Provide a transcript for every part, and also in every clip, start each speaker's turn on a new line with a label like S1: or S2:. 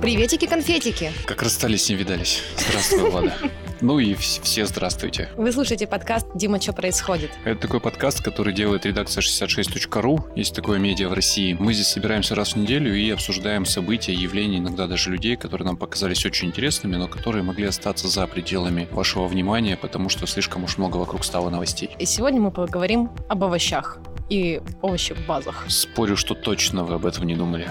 S1: Приветики-конфетики.
S2: Как расстались, не видались. Здравствуй, Влада. Ну и вс- все здравствуйте.
S1: Вы слушаете подкаст «Дима, что происходит?».
S2: Это такой подкаст, который делает редакция 66.ru. Есть такое медиа в России. Мы здесь собираемся раз в неделю и обсуждаем события, явления, иногда даже людей, которые нам показались очень интересными, но которые могли остаться за пределами вашего внимания, потому что слишком уж много вокруг стало новостей.
S1: И сегодня мы поговорим об овощах и овощебазах.
S2: Спорю, что точно вы об этом не думали.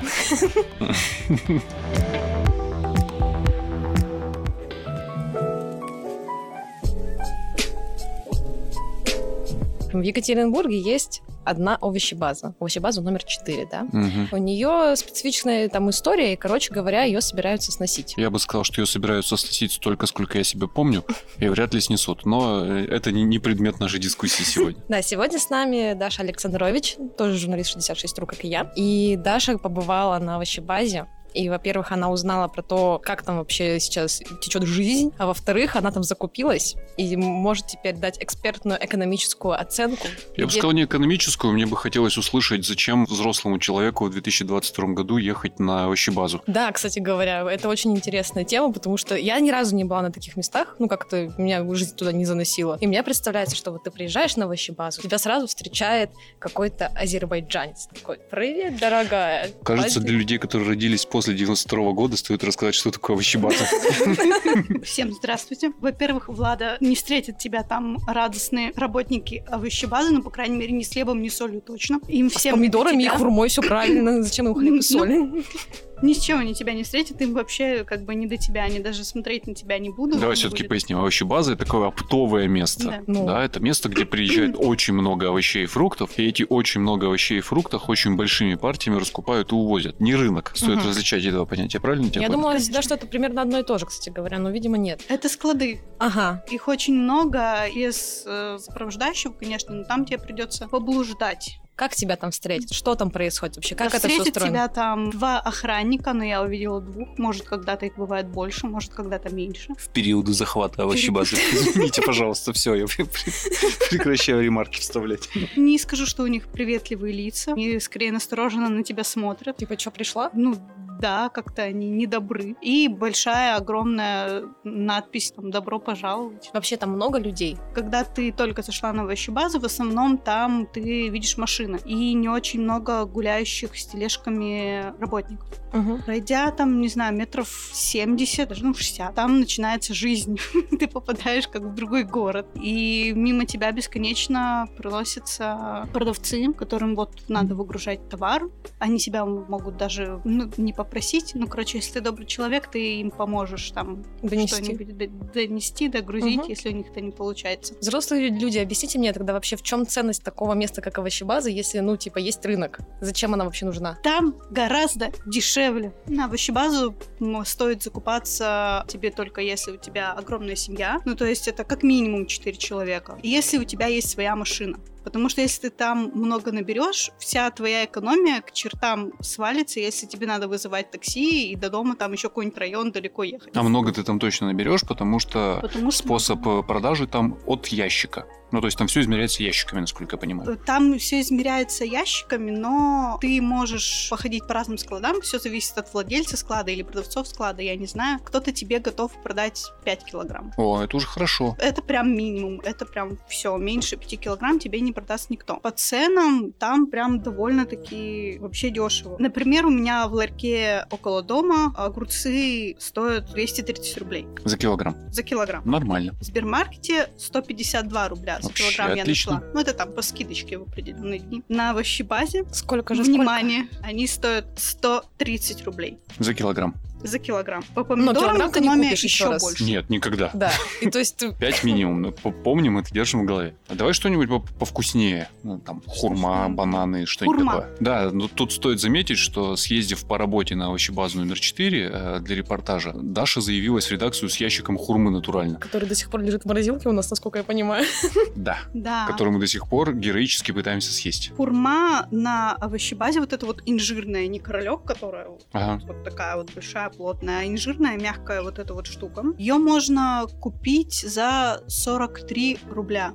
S1: В Екатеринбурге есть одна овощебаза. Овощебаза номер 4, да?
S2: Мгм.
S1: У нее специфичная там история, и, короче говоря, ее собираются сносить.
S2: Я бы сказал, что ее собираются сносить столько, сколько я себя помню, и вряд ли снесут. Но э, это не- не предмет нашей дискуссии сегодня.
S1: Да, сегодня с нами Даша Александрович, тоже журналист 66 ру, как и я. И Даша побывала на овощебазе. И, во-первых, она узнала про то, как там вообще сейчас течет жизнь, а во-вторых, она там закупилась и может теперь дать экспертную экономическую оценку.
S2: Я бы
S1: Где-
S2: сказал, не экономическую. Мне бы хотелось услышать, зачем взрослому человеку в 2022 году ехать на овощебазу.
S1: Да, кстати говоря, это очень интересная тема, потому что я ни разу не была на таких местах, ну как-то меня жизнь туда не заносила. И мне представляется, что вот ты приезжаешь на овощебазу, тебя сразу встречает какой-то азербайджанец такой, привет, дорогая.
S2: Кажется,
S1: Азер-
S2: для людей, которые родились после 92 года, стоит рассказать, что такое овощебаза.
S3: Всем здравствуйте. Во-первых, Влада не встретит тебя там радостные работники овощебазы, ну, по крайней мере, ни с хлебом, ни с солью точно. Им
S1: С
S3: всем
S1: помидорами и
S3: тебя-
S1: хурмой все правильно. Зачем им хлеб и
S3: Ну,
S1: соль?
S3: Ни с чем они тебя не встретят, им вообще как бы не до тебя, они даже смотреть на тебя не
S1: Ну,
S3: будут.
S2: Давай
S3: не
S2: все-таки
S3: будет.
S2: поясним. Овощебаза – это такое оптовое место.
S3: Да.
S1: Ну,
S2: Да, это место, где приезжает очень много овощей и фруктов, и эти очень много овощей и фруктов очень большими партиями раскупают и увозят. Не рынок. Стоит
S1: Мгм.
S2: различать эти два понятия, правильно? тебя
S1: Я
S2: понял?
S1: думала
S3: Конечно.
S1: всегда, что это примерно одно и то же, кстати говоря, но, видимо, нет.
S3: Это склады.
S1: Ага.
S3: Их очень много, из э, сопровождающего, конечно, но там тебе придется поблуждать.
S1: Как тебя там встретят? Что там происходит вообще?
S3: Да
S1: Как это все
S3: встретит
S1: устроено?
S3: тебя там два охранника, но я увидела двух. Может, когда-то их бывает больше, может, когда-то меньше.
S4: в периоды захвата овощебазы. Извините, пожалуйста, все, я пре- пре- прекращаю ремарки вставлять.
S3: Не скажу, что у них приветливые лица. Они скорее настороженно на тебя смотрят.
S1: Типа, что, пришла?
S3: Ну, да, как-то они недобры. И большая, огромная надпись там «Добро пожаловать».
S1: Вообще там много людей.
S3: Когда ты только зашла на овощебазу, в основном там ты видишь машины. И не очень много гуляющих с тележками работников. Пройдя там, не знаю, метров 70, даже ну 60, там начинается жизнь. Ты попадаешь как в другой город. И мимо тебя бесконечно проносятся продавцы, которым вот надо выгружать товар. Они себя могут даже ну, не попросить. Ну, короче, если ты добрый человек, ты им поможешь там
S1: Донести.
S3: что-нибудь д- донести, догрузить,
S1: Мгм.
S3: если у них это не получается.
S1: Взрослые лю- люди, объясните мне тогда вообще, в чем ценность такого места, как овощебаза, если, ну, типа, есть рынок? Зачем она вообще нужна?
S3: Там гораздо дешевле. На овощебазу м, стоит закупаться тебе только если у тебя огромная семья. Ну, то есть это как минимум 4 человека. И Если у тебя есть своя машина. Потому что если ты там много наберешь, вся твоя экономия к чертам свалится, если тебе надо вызывать такси и до дома там еще какой-нибудь район далеко ехать.
S2: А много ты там точно наберешь, потому что
S3: Потому что
S2: способ э, продажи там от ящика. Ну, то есть там все измеряется ящиками, насколько я понимаю.
S3: Э, Там все измеряется ящиками, но ты можешь походить по разным складам. Все зависит от владельца склада или продавцов склада, я не знаю. Кто-то тебе готов продать 5 килограмм.
S2: О, это уже хорошо.
S3: Это прям минимум, это прям все. Меньше 5 килограмм тебе не продаст никто. По ценам там прям довольно-таки вообще дешево. Например, у меня в ларьке около дома огурцы стоят 230 рублей
S2: За килограмм.
S3: за килограмм.
S2: Нормально.
S3: В Сбермаркете 152 рубля за
S2: Вообще
S3: килограмм я
S2: отлично.
S3: нашла. Ну, это там по скидочке в определенные дни. На овощебазе,
S1: Сколько же?
S3: внимание, они стоят 130 рублей
S2: За килограмм.
S3: за килограмм. По
S1: килограмм
S3: помидорам
S1: ты не
S3: экономия
S1: купишь
S3: еще
S1: еще раз.
S3: больше.
S2: Нет, никогда.
S1: сколько? Да. И то есть ты-
S2: Пять минимум. Ну, по- Помним это, держим в голове. А давай что-нибудь по- повкуснее. Ну, там, хурма,
S3: Слушай,
S2: бананы, что-нибудь
S3: хурма.
S2: такое. Да, но тут стоит заметить, что съездив по работе на овощебазу номер 4 э, для репортажа, Даша заявилась в редакцию с ящиком хурмы натурально.
S1: который до сих пор лежит в морозилке у нас, насколько я понимаю.
S2: Да.
S3: Да.
S2: Который мы до сих пор героически пытаемся съесть.
S3: Курма на овощебазе, вот это вот инжирная, не королек, которая вот,
S2: Ага.
S3: вот такая вот большая, плотная, а инжирная, мягкая вот эта вот штука. Ее можно купить за 43 рубля.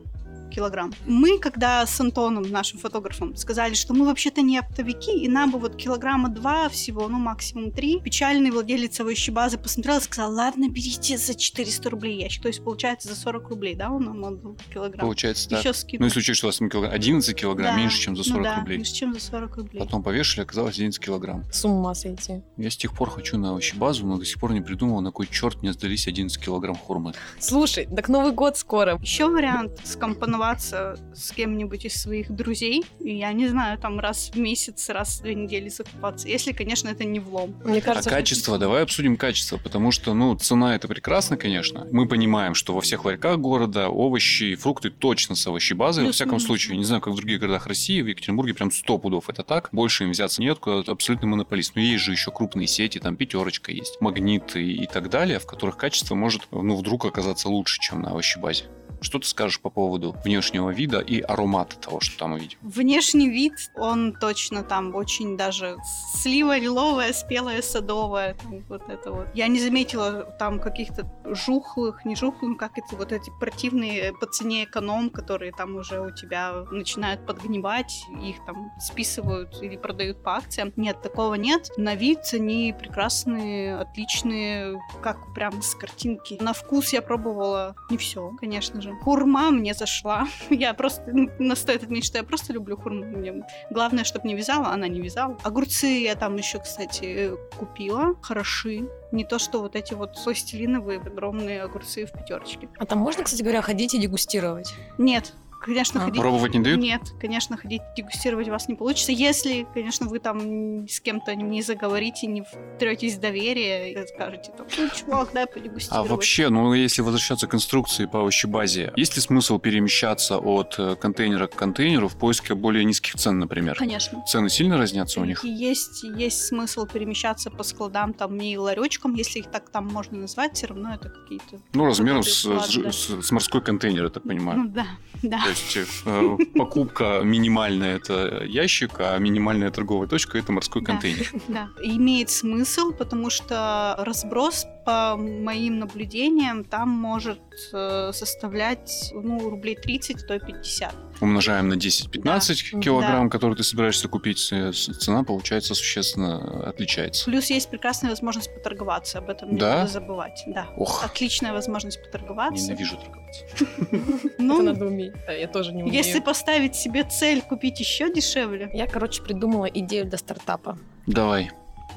S3: килограмм. Мы, когда с Антоном, нашим фотографом, сказали, что мы вообще-то не оптовики, и нам бы вот килограмма два всего, ну максимум три, печальный владелец овощей базы посмотрел и сказал, ладно, берите за 400 рублей ящик. То есть, получается, за 40 рублей, да, он нам отдал килограмм.
S2: Получается так.
S3: Еще скидку.
S2: Ну, если учесть, что у вас там килограмм- 11 килограмм,
S3: Да.
S2: меньше, чем за 40
S3: ну, да,
S2: рублей.
S3: меньше, чем за 40 рублей.
S2: Потом повешали, оказалось 11 килограмм.
S1: С ума сойти.
S2: Я с тех пор хочу на овощебазу, но до сих пор не придумал, на кой черт мне сдались 11 килограмм хурмы.
S1: Слушай, так Новый год скоро.
S3: Еще вариант скомпоноваться с кем-нибудь из своих друзей. И я не знаю, там раз в месяц, раз в две недели закупаться. Если, конечно, это не влом.
S1: Мне
S2: А
S1: кажется,
S2: качество, давай обсудим качество, потому что, ну, цена это прекрасно, конечно. Мы понимаем, что во всех ларьках города овощи и фрукты точно с овощебазой, во
S3: Плюс
S2: всяком
S3: минус.
S2: случае. Не знаю, как в других городах России, в Екатеринбурге прям 100 пудов это так. Больше им взяться нет, абсолютно монополист. Но есть же еще крупные сети, там пятерочка есть, магниты и так далее, в которых качество может, ну, вдруг оказаться лучше, чем на овощебазе. Что ты скажешь по поводу внешнего вида и аромата того, что там мы видим?
S3: Внешний вид, он точно там очень даже слива лиловая, спелая, садовая, там вот это вот. Я не заметила там каких-то жухлых, не жухлых, как это вот эти противные по цене эконом, которые там уже у тебя начинают подгнивать, их там списывают или продают по акциям. Нет, такого нет. На вид они прекрасные, отличные, как прям с картинки. На вкус я пробовала не все, конечно же. Хурма мне зашла. Я просто, на стоит отметить, что я просто люблю хурму. Мне главное, чтобы не вязала, она не вязала. Огурцы я там еще, кстати, э, купила. Хороши. Не то, что вот эти вот пластилиновые огромные огурцы в пятерочке.
S1: а там можно, кстати говоря, ходить и дегустировать?
S3: Нет, конечно,
S1: А,
S3: ходить...
S2: Пробовать не дают?
S3: Нет, конечно, ходить дегустировать у вас не получится, если, конечно, вы там с кем-то не заговорите, не втретесь в доверие и скажете, там, ну, чувак, дай
S2: А
S3: подегустировать.
S2: вообще, ну если возвращаться к инструкции по овощебазе, есть ли смысл перемещаться от э, контейнера к контейнеру в поиске более низких цен, например?
S3: Конечно.
S2: Цены сильно разнятся у них?
S3: И Есть, есть смысл перемещаться по складам там и ларечкам, если их так там можно назвать, все равно это какие-то...
S2: Ну, размером
S3: это
S2: с,
S3: склад,
S2: с-
S3: да.
S2: с- с морской контейнер, я так понимаю.
S3: Ну да, да.
S2: То есть э, э, покупка минимальная это ящик, а минимальная торговая точка это морской
S3: Да.
S2: контейнер.
S3: Да, имеет смысл, потому что разброс, по моим наблюдениям, там может э, составлять ну, рублей 30, то 50.
S2: Умножаем на 10-15
S1: Да.
S2: килограмм, который ты собираешься купить, э, с- цена получается существенно отличается.
S3: Плюс есть прекрасная возможность поторговаться, об этом не
S2: Да?
S3: надо забывать. Да.
S2: Ох,
S3: Отличная возможность поторговаться.
S2: ненавижу торговаться.
S1: Это
S3: Ну,
S1: надо уметь. Да, э, я тоже не умею.
S3: если поставить себе цель купить еще дешевле,
S1: Я, короче, придумала идею для стартапа.
S2: Давай,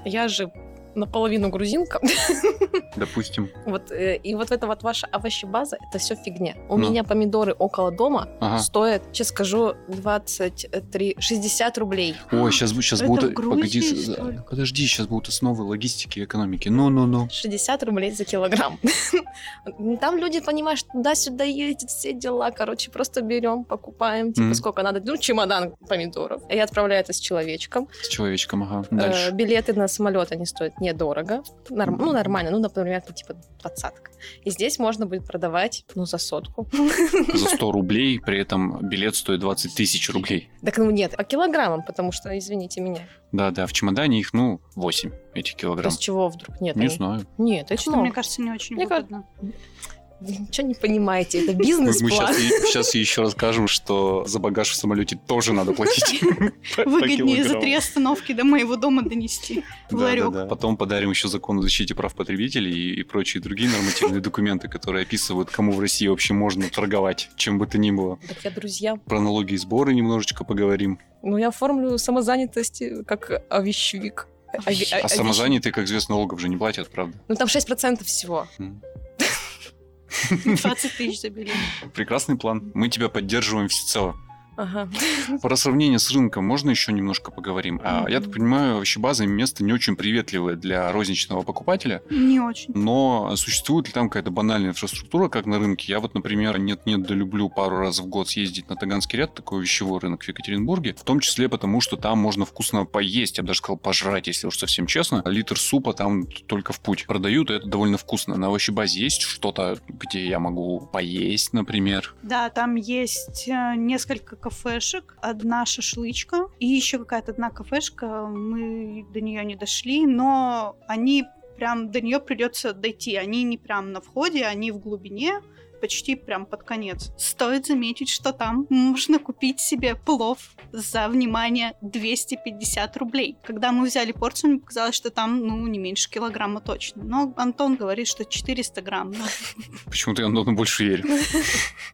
S1: Я же наполовину грузинка.
S2: допустим.
S1: Вот, э, и вот это вот ваша овощебаза, это все фигня. У
S2: Ну. А.
S1: меня помидоры около дома
S2: Ага.
S1: стоят, сейчас скажу, 23, 60 рублей.
S2: Ой, сейчас, сейчас
S3: Это
S2: будут...
S3: в Грузии,
S2: погоди,
S3: что ли?
S2: подожди, сейчас будут основы логистики и экономики. Ну-ну-ну.
S1: 60 рублей за килограмм. Ну, Там люди, понимаешь, туда-сюда ездят, все дела, короче, просто берем, покупаем, типа,
S2: Мгм.
S1: сколько надо, ну, чемодан помидоров. Я отправляю это с человечком.
S2: С человечком, ага.
S1: Э,
S2: Дальше.
S1: билеты на самолет, они стоят недорого. Норм- ну, нормально, ну, например, ну, типа двадцатка. И здесь можно будет продавать, ну, за сотку.
S3: Э,
S2: За 100 рублей, при этом билет стоит 20 тысяч рублей.
S1: Так, ну, нет, по килограммам, потому что, извините меня,
S2: Да-да, в чемодане их, ну, 8 этих
S1: то
S2: килограмм.
S1: с чего вдруг нет?
S2: Не
S1: они-
S2: знаю.
S1: Нет, их
S3: что-то, мне
S1: много.
S3: кажется, не очень
S1: Мне кажется,
S3: выгодно.
S1: Вы ничего не понимаете, это
S2: Мы,
S1: бизнес-план.
S2: сейчас, еще расскажем, что за багаж в самолете тоже надо платить. По- по
S3: Выгоднее за
S2: килограмму.
S3: три остановки до моего дома донести. в
S2: Да,
S3: ларёк.
S2: да, да. Потом подарим еще закон о защите прав потребителей и, и прочие другие нормативные документы, которые описывают, кому в России вообще можно торговать, чем бы то ни было.
S1: Так я, друзья,
S2: Про налоги и сборы немножечко поговорим.
S1: ну, я оформлю самозанятость э, как овещевик. Ове-
S2: А
S1: овещ-
S2: самозанятые, как известно, налогов же не платят, правда?
S1: Ну, там 6% всего.
S2: М.
S3: 20 тысяч за билет.
S2: Прекрасный план. Мы тебя поддерживаем всецело.
S1: Ага.
S2: Про сравнение с рынком можно еще немножко поговорим? А, я так понимаю, овощебаза место не очень приветливое для розничного покупателя,
S3: Не очень.
S2: но существует ли там какая-то банальная инфраструктура, как на рынке? Я вот, например, нет-нет, да люблю пару раз в год съездить на Таганский ряд, такой вещевой рынок в Екатеринбурге, в том числе потому, что там можно вкусно поесть, я бы даже сказал пожрать, если уж совсем честно. Литр супа там только в путь продают, и это довольно вкусно. На овощебазе есть что-то, где я могу поесть, например?
S3: Да, там есть э, несколько кафешек, одна шашлычка и еще какая-то одна кафешка. Мы до нее не дошли, но они прям до нее придется дойти. Они не прям на входе, они в глубине. почти прям под конец. Стоит заметить, что там можно купить себе плов за, внимание, 250 рублей. Когда мы взяли порцию, мне показалось, что там, ну, не меньше килограмма точно. Но Антон говорит, что 400 грамм.
S2: Почему-то я Антону больше верю.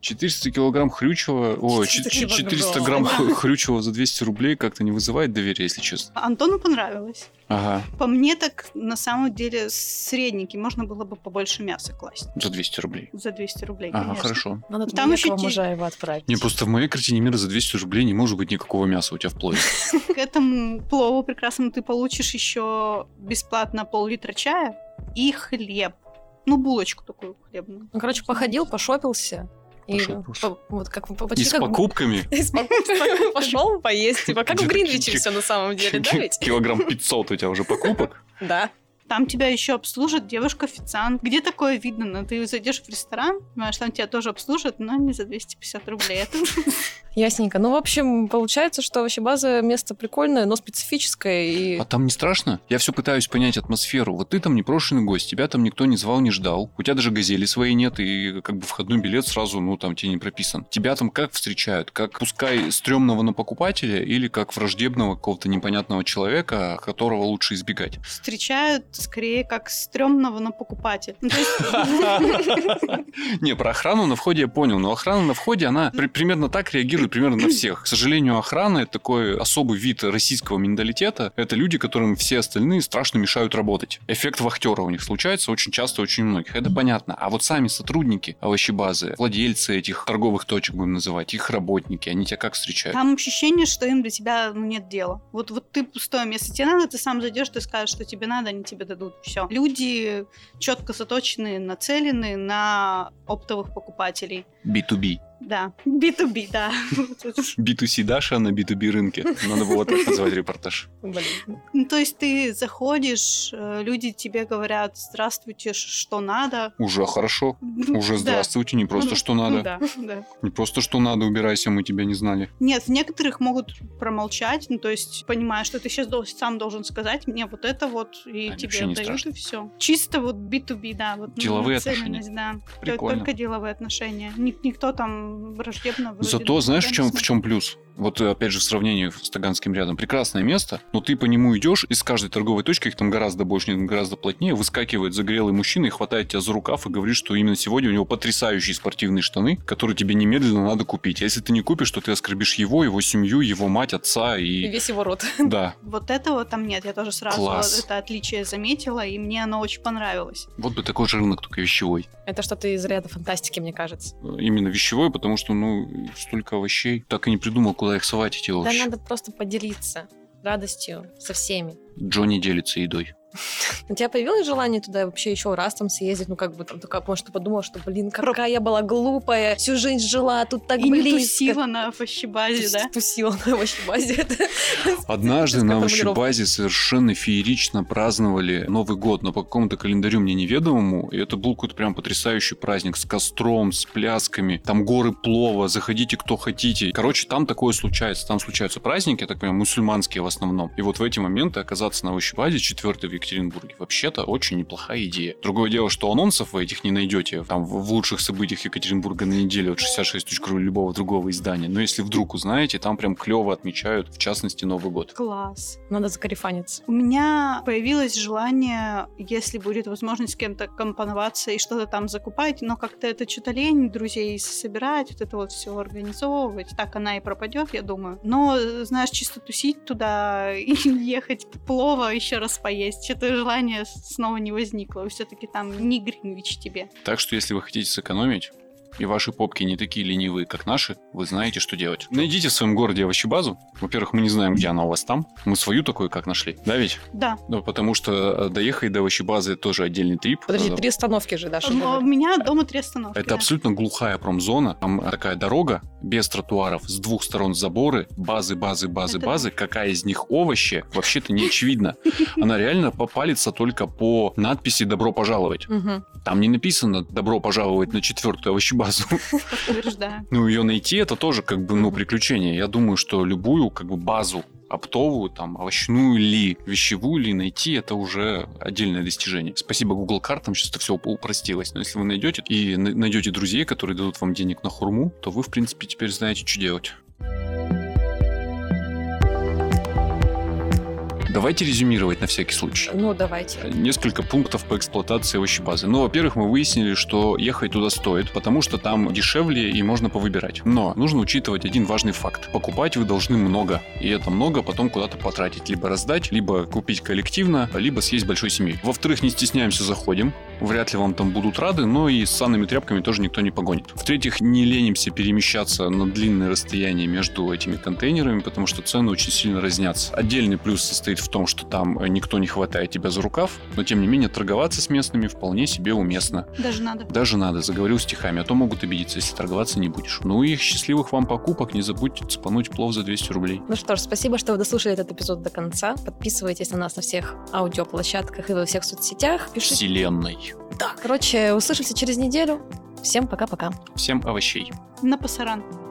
S2: 400 килограмм хрючего... Ой,
S1: 400
S2: 400 грамм хрю- хрючего за 200 рублей как-то не вызывает доверия, если честно.
S3: Антону понравилось.
S2: Ага,
S3: По мне так, на самом деле, средненький. Можно было бы побольше мяса класть
S2: за 200 рублей.
S3: за 200 рублей,
S2: Ага,
S3: конечно.
S2: хорошо.
S1: Надо
S3: Там
S1: там
S3: ещё
S1: еще
S3: те-
S1: мужа его отправить.
S2: Не, просто в моей картине мира за 200 рублей не может быть никакого мяса у тебя в плове.
S3: К этому плову прекрасному ты получишь еще бесплатно пол-литра чая и хлеб. Ну, булочку такую хлебную.
S1: Ну, короче, походил, пошопился. И
S2: Пошопился.
S1: по- вот как по-
S2: И
S1: почти
S2: с
S1: как
S2: покупками
S3: А
S1: пошел поесть, типа как в Гринвиче все на самом деле, да ведь?
S2: килограмм 500 у тебя уже покупок.
S1: Да.
S3: Там тебя еще обслужит девушка-официант. Где такое видно? Ну, ты зайдешь в ресторан, понимаешь, там тебя тоже обслужат, но не за 250 рублей. Это
S1: Ясненько. Ну, в общем, получается, что вообще база место прикольное, но специфическое. И...
S2: А там не страшно? Я все пытаюсь понять атмосферу. Вот ты там непрошенный гость, тебя там никто не звал, не ждал. У тебя даже газели своей нет, и как бы входной билет сразу, ну, там тебе не прописан. Тебя там как встречают? Как, пускай, стрёмного на покупателя или как враждебного какого-то непонятного человека, которого лучше избегать?
S3: встречают скорее как стрёмного на покупателя. Ну, то есть
S2: Не, про охрану на входе я понял, но охрана на входе, она при- примерно так реагирует примерно на всех. К сожалению, охрана — это такой особый вид российского менталитета. Это люди, которым все остальные страшно мешают работать. Эффект вахтера у них случается очень часто, у очень многих. Это понятно. А вот сами сотрудники овощебазы, владельцы этих торговых точек, будем называть, их работники, они тебя как встречают?
S3: Там ощущение, что им до тебя ну, нет дела. Вот, вот ты пустое место, тебе надо, ты сам зайдешь, ты скажешь, что тебе надо, они тебе дадут. Все. Люди четко заточены, нацелены на оптовых покупателей.
S2: B2B.
S3: Да. B2B, да.
S2: B2C Даша на B2B рынке. Надо было так назвать репортаж.
S1: Блин.
S3: Ну, То есть ты заходишь, э, люди тебе говорят, здравствуйте, ш- что надо.
S2: Уже хорошо. Уже
S3: Да.
S2: здравствуйте, не просто что
S3: Ну
S2: надо.
S3: Да, да.
S2: Не просто что надо, убирайся, мы тебя не знали.
S3: Нет, некоторых могут промолчать, ну, то есть понимая, что ты сейчас сам должен сказать, мне вот это вот, и
S2: А, вообще
S3: тебе
S2: не
S3: отдают,
S2: страшно.
S3: и все. Чисто вот B2B, да. Вот, ну,
S2: Деловые
S3: нацеленность, Да. То-
S2: Прикольно.
S3: Только деловые отношения. Ни- никто там враждебно... вроде
S2: Зато знаешь, в
S3: никогда
S2: чем,
S3: не
S2: в чем плюс? Вот э, опять же в сравнении с Таганским рядом. Прекрасное место, но ты по нему идешь, и с каждой торговой точки, их там гораздо больше, нет, гораздо плотнее, выскакивает загорелый мужчина и хватает тебя за рукав и говорит, что именно сегодня у него потрясающие спортивные штаны, которые тебе немедленно надо купить. А если ты не купишь, то ты оскорбишь его, его семью, его мать, отца
S1: И
S2: и...
S1: весь его рот.
S2: Да,
S3: Вот этого там нет, я тоже сразу
S2: Класс.
S3: это отличие заметила, и мне оно очень понравилось.
S2: вот бы такой же рынок, только вещевой.
S1: Это что-то из ряда фантастики, мне кажется.
S2: Э, Именно вещевой, потому что, ну, столько овощей. Так и не придумал, куда их совать, эти
S1: Да
S2: овощи.
S1: надо просто поделиться радостью со всеми.
S2: Джонни делится едой.
S1: У тебя появилось желание туда вообще еще раз там съездить? Ну, как бы там такая, может, ты подумала, что, блин, какая я была глупая, всю жизнь жила, а тут так
S3: и не
S1: близко.
S3: тусила на овощебазе, да?
S1: Тусила на овощебазе. Это
S2: Однажды
S1: Специфическая
S2: на
S1: формулировка.
S2: овощебазе совершенно феерично праздновали Новый год, но по какому-то календарю мне неведомому, и это был какой-то прям потрясающий праздник с костром, с плясками, там горы плова, заходите кто хотите. Короче, там такое случается, там случаются праздники, я так понимаю, мусульманские в основном. И вот в эти моменты оказаться на овощебазе, четвертой в Екатеринбурге, вообще-то очень неплохая идея. Другое дело, что анонсов вы этих не найдете там в в лучших событиях Екатеринбурга на неделю от 66.ру или любого другого издания. Но если вдруг узнаете, там прям клево отмечают, в частности, Новый год.
S3: Класс.
S1: Надо закарифаниться.
S3: У меня появилось желание, если будет возможность с кем-то компоноваться и что-то там закупать, но как-то это что-то лень друзей собирать, вот это вот все организовывать. Так она и пропадет, я думаю. Но, знаешь, чисто тусить туда и ехать плова еще раз поесть, что-то желание снова не возникло. Все-таки там не Гринвич тебе.
S2: Так что, если вы хотите сэкономить, и ваши попки не такие ленивые, как наши, вы знаете, что делать. Найдите в своем городе овощебазу. Во-первых, мы не знаем, где она у вас там. Мы свою такую как нашли. Да ведь?
S3: Да,
S2: Ну, потому что э, доехать до овощебазы это тоже отдельный трип.
S1: Подожди,
S2: Э,
S1: три остановки же, Даша.
S3: у
S1: было.
S3: меня дома три остановки.
S2: Это
S3: да.
S2: абсолютно глухая промзона. Там такая дорога без тротуаров, с двух сторон заборы, базы, базы, базы,
S3: Это
S2: базы. Какая из них овощи, вообще-то не очевидно. Она реально попалится только по надписи «Добро пожаловать».
S1: Мгм.
S2: Там не написано «Добро пожаловать на четвертую овощебазу».
S3: Подтверждаю.
S2: Ну, ее найти это тоже как бы, ну, приключение. Я думаю, что любую как бы базу оптовую, там, овощную ли, вещевую ли найти, это уже отдельное достижение. Спасибо Google картам, сейчас это все упростилось. Но если вы найдете и на- найдете друзей, которые дадут вам денег на хурму, то вы, в принципе, теперь знаете, что делать. Давайте резюмировать на всякий случай.
S1: Ну, давайте.
S2: Несколько пунктов по эксплуатации овощебазы. Ну, во-первых, мы выяснили, что ехать туда стоит, потому что там дешевле и можно повыбирать. Но нужно учитывать один важный факт. Покупать вы должны много. И это много потом куда-то потратить. Либо раздать, либо купить коллективно, либо съесть большой семьей. Во-вторых, не стесняемся, заходим. Вряд ли вам там будут рады, но и с санными тряпками тоже никто не погонит. В-третьих, не ленимся перемещаться на длинные расстояния между этими контейнерами, потому что цены очень сильно разнятся. Отдельный плюс состоит в том, что там э, никто не хватает тебя за рукав, но тем не менее торговаться с местными вполне себе уместно.
S3: Даже надо.
S2: Даже надо, заговорил стихами, а то могут обидеться, если торговаться не будешь. Ну и счастливых вам покупок, не забудьте цепануть плов за 200 рублей.
S1: Ну что ж, спасибо, что вы дослушали этот эпизод до конца. Подписывайтесь на нас на всех аудиоплощадках и во всех соцсетях. Пишите.
S2: Вселенной.
S1: Да, короче, услышимся через неделю. Всем пока-пока.
S2: Всем овощей.
S3: На пасаран.